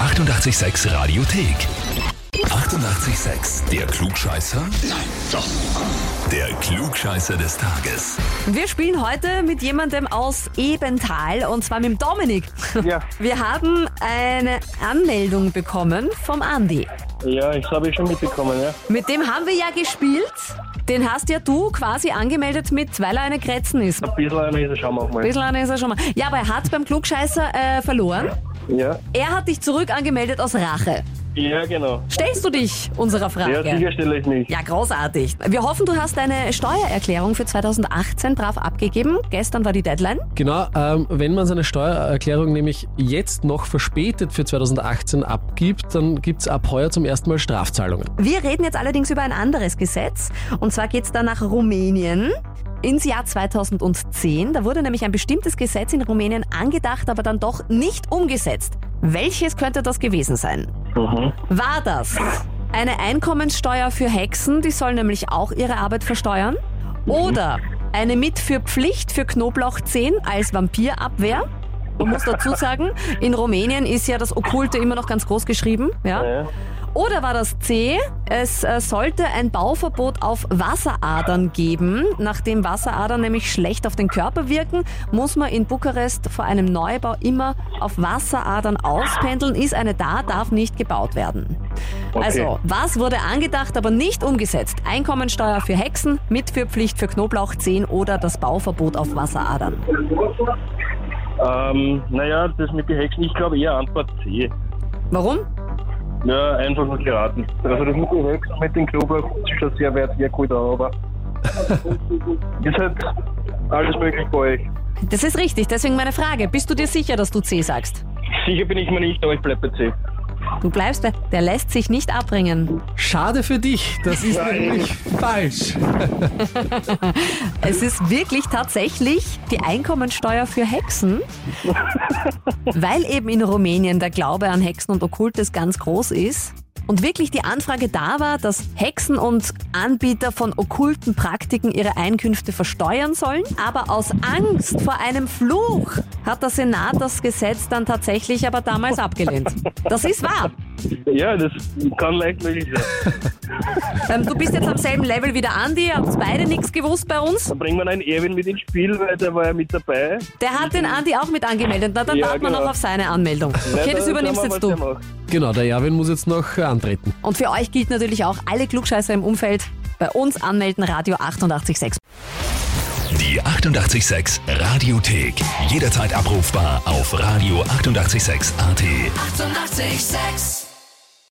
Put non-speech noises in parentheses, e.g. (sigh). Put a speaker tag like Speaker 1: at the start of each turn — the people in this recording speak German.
Speaker 1: 886 Radiothek. 88,6. Der Klugscheißer? Nein, doch. Der Klugscheißer des Tages.
Speaker 2: Wir spielen heute mit jemandem aus Ebental und zwar mit dem Dominik. (laughs)
Speaker 3: Ja,
Speaker 2: Wir haben eine Anmeldung bekommen vom Andi.
Speaker 3: ja, das habe ich schon mitbekommen, ja.
Speaker 2: Mit dem haben wir ja gespielt. Den hast ja du quasi angemeldet mit, weil er eine Kretzen ist. Ein
Speaker 3: Ein bisschen eine Mese schauen wir auch mal.
Speaker 2: bisschen einer ist er schon mal. Ja, aber er hat beim Klugscheißer äh, verloren.
Speaker 3: Ja,
Speaker 2: Er hat dich zurück angemeldet aus Rache.
Speaker 3: ja, genau.
Speaker 2: Stellst du dich unserer
Speaker 3: Ja,
Speaker 2: Frage?
Speaker 3: sicher stelle ich mich.
Speaker 2: Ja, großartig. Wir hoffen, du hast deine Steuererklärung für 2018 brav abgegeben. Gestern war die Deadline.
Speaker 4: Genau, ähm, wenn man seine Steuererklärung nämlich jetzt noch verspätet für 2018 abgibt, dann gibt's ab heuer zum ersten Mal Strafzahlungen.
Speaker 2: Wir reden jetzt allerdings über ein anderes Gesetz. Und zwar geht's da nach Rumänien ins Jahr 2010. Da wurde nämlich ein bestimmtes Gesetz in Rumänien angedacht, aber dann doch nicht umgesetzt. Welches könnte das gewesen sein?
Speaker 3: Mhm.
Speaker 2: War das eine Einkommensteuer für Hexen, die sollen nämlich auch ihre Arbeit versteuern? Oder eine mit für Pflicht für Knoblauchzehen als Vampirabwehr? Man muss dazu sagen, in Rumänien ist ja das Okkulte immer noch ganz groß geschrieben. Ja?
Speaker 3: Ja.
Speaker 2: Oder war das C, es äh, sollte ein Bauverbot auf Wasseradern geben. Nachdem Wasseradern nämlich schlecht auf den Körper wirken, muss man in Bukarest vor einem Neubau immer auf Wasseradern auspendeln. Ist eine da, darf nicht gebaut werden.
Speaker 3: Okay.
Speaker 2: Also, was wurde angedacht, aber nicht umgesetzt? Einkommensteuer für Hexen, Mitführpflicht für Knoblauchzehen oder das Bauverbot auf Wasseradern.
Speaker 3: Ähm, naja, das mit den Hexen, ich glaube eher Antwort C.
Speaker 2: Warum?
Speaker 3: Ja, einfach nur geraten. Also das mit den Hexen, mit den Knoblauch, das ist schon sehr wert, sehr gut auch, aber... (laughs) ist halt alles möglich bei euch.
Speaker 2: Das ist richtig, deswegen meine Frage. Bist du dir sicher, dass du C sagst?
Speaker 3: Sicher bin ich mir nicht, aber ich bleibe bei C.
Speaker 2: Du bleibst bei, der lässt sich nicht abbringen.
Speaker 4: Schade für dich, das ist nämlich falsch.
Speaker 2: Es ist wirklich tatsächlich die Einkommensteuer für Hexen, weil eben in Rumänien der Glaube an Hexen und Okkultes ganz groß ist. Und wirklich die Anfrage da war, dass Hexen und Anbieter von okkulten Praktiken ihre Einkünfte versteuern sollen. Aber aus Angst vor einem Fluch hat der Senat das Gesetz dann tatsächlich aber damals abgelehnt. Das ist wahr.
Speaker 3: Ja, das kann leicht möglich sein.
Speaker 2: Ähm, du bist jetzt am selben Level wie der Andi, ihr habt beide nichts gewusst bei uns.
Speaker 3: Dann bringen wir einen Erwin mit ins Spiel, weil der war ja mit dabei.
Speaker 2: Der hat den Andi auch mit angemeldet. Na, dann
Speaker 3: Ja,
Speaker 2: warten wir
Speaker 3: genau.
Speaker 2: noch auf seine Anmeldung. Okay, das übernimmst jetzt du.
Speaker 4: Genau, der Javin muss jetzt noch äh, antreten.
Speaker 2: Und für euch gilt natürlich auch alle Klugscheißer im Umfeld. Bei uns anmelden, Radio 886.
Speaker 1: Die 88,6 Radiothek. Jederzeit abrufbar auf radio886.at. 88,6.
Speaker 5: Eighty-eight, sex.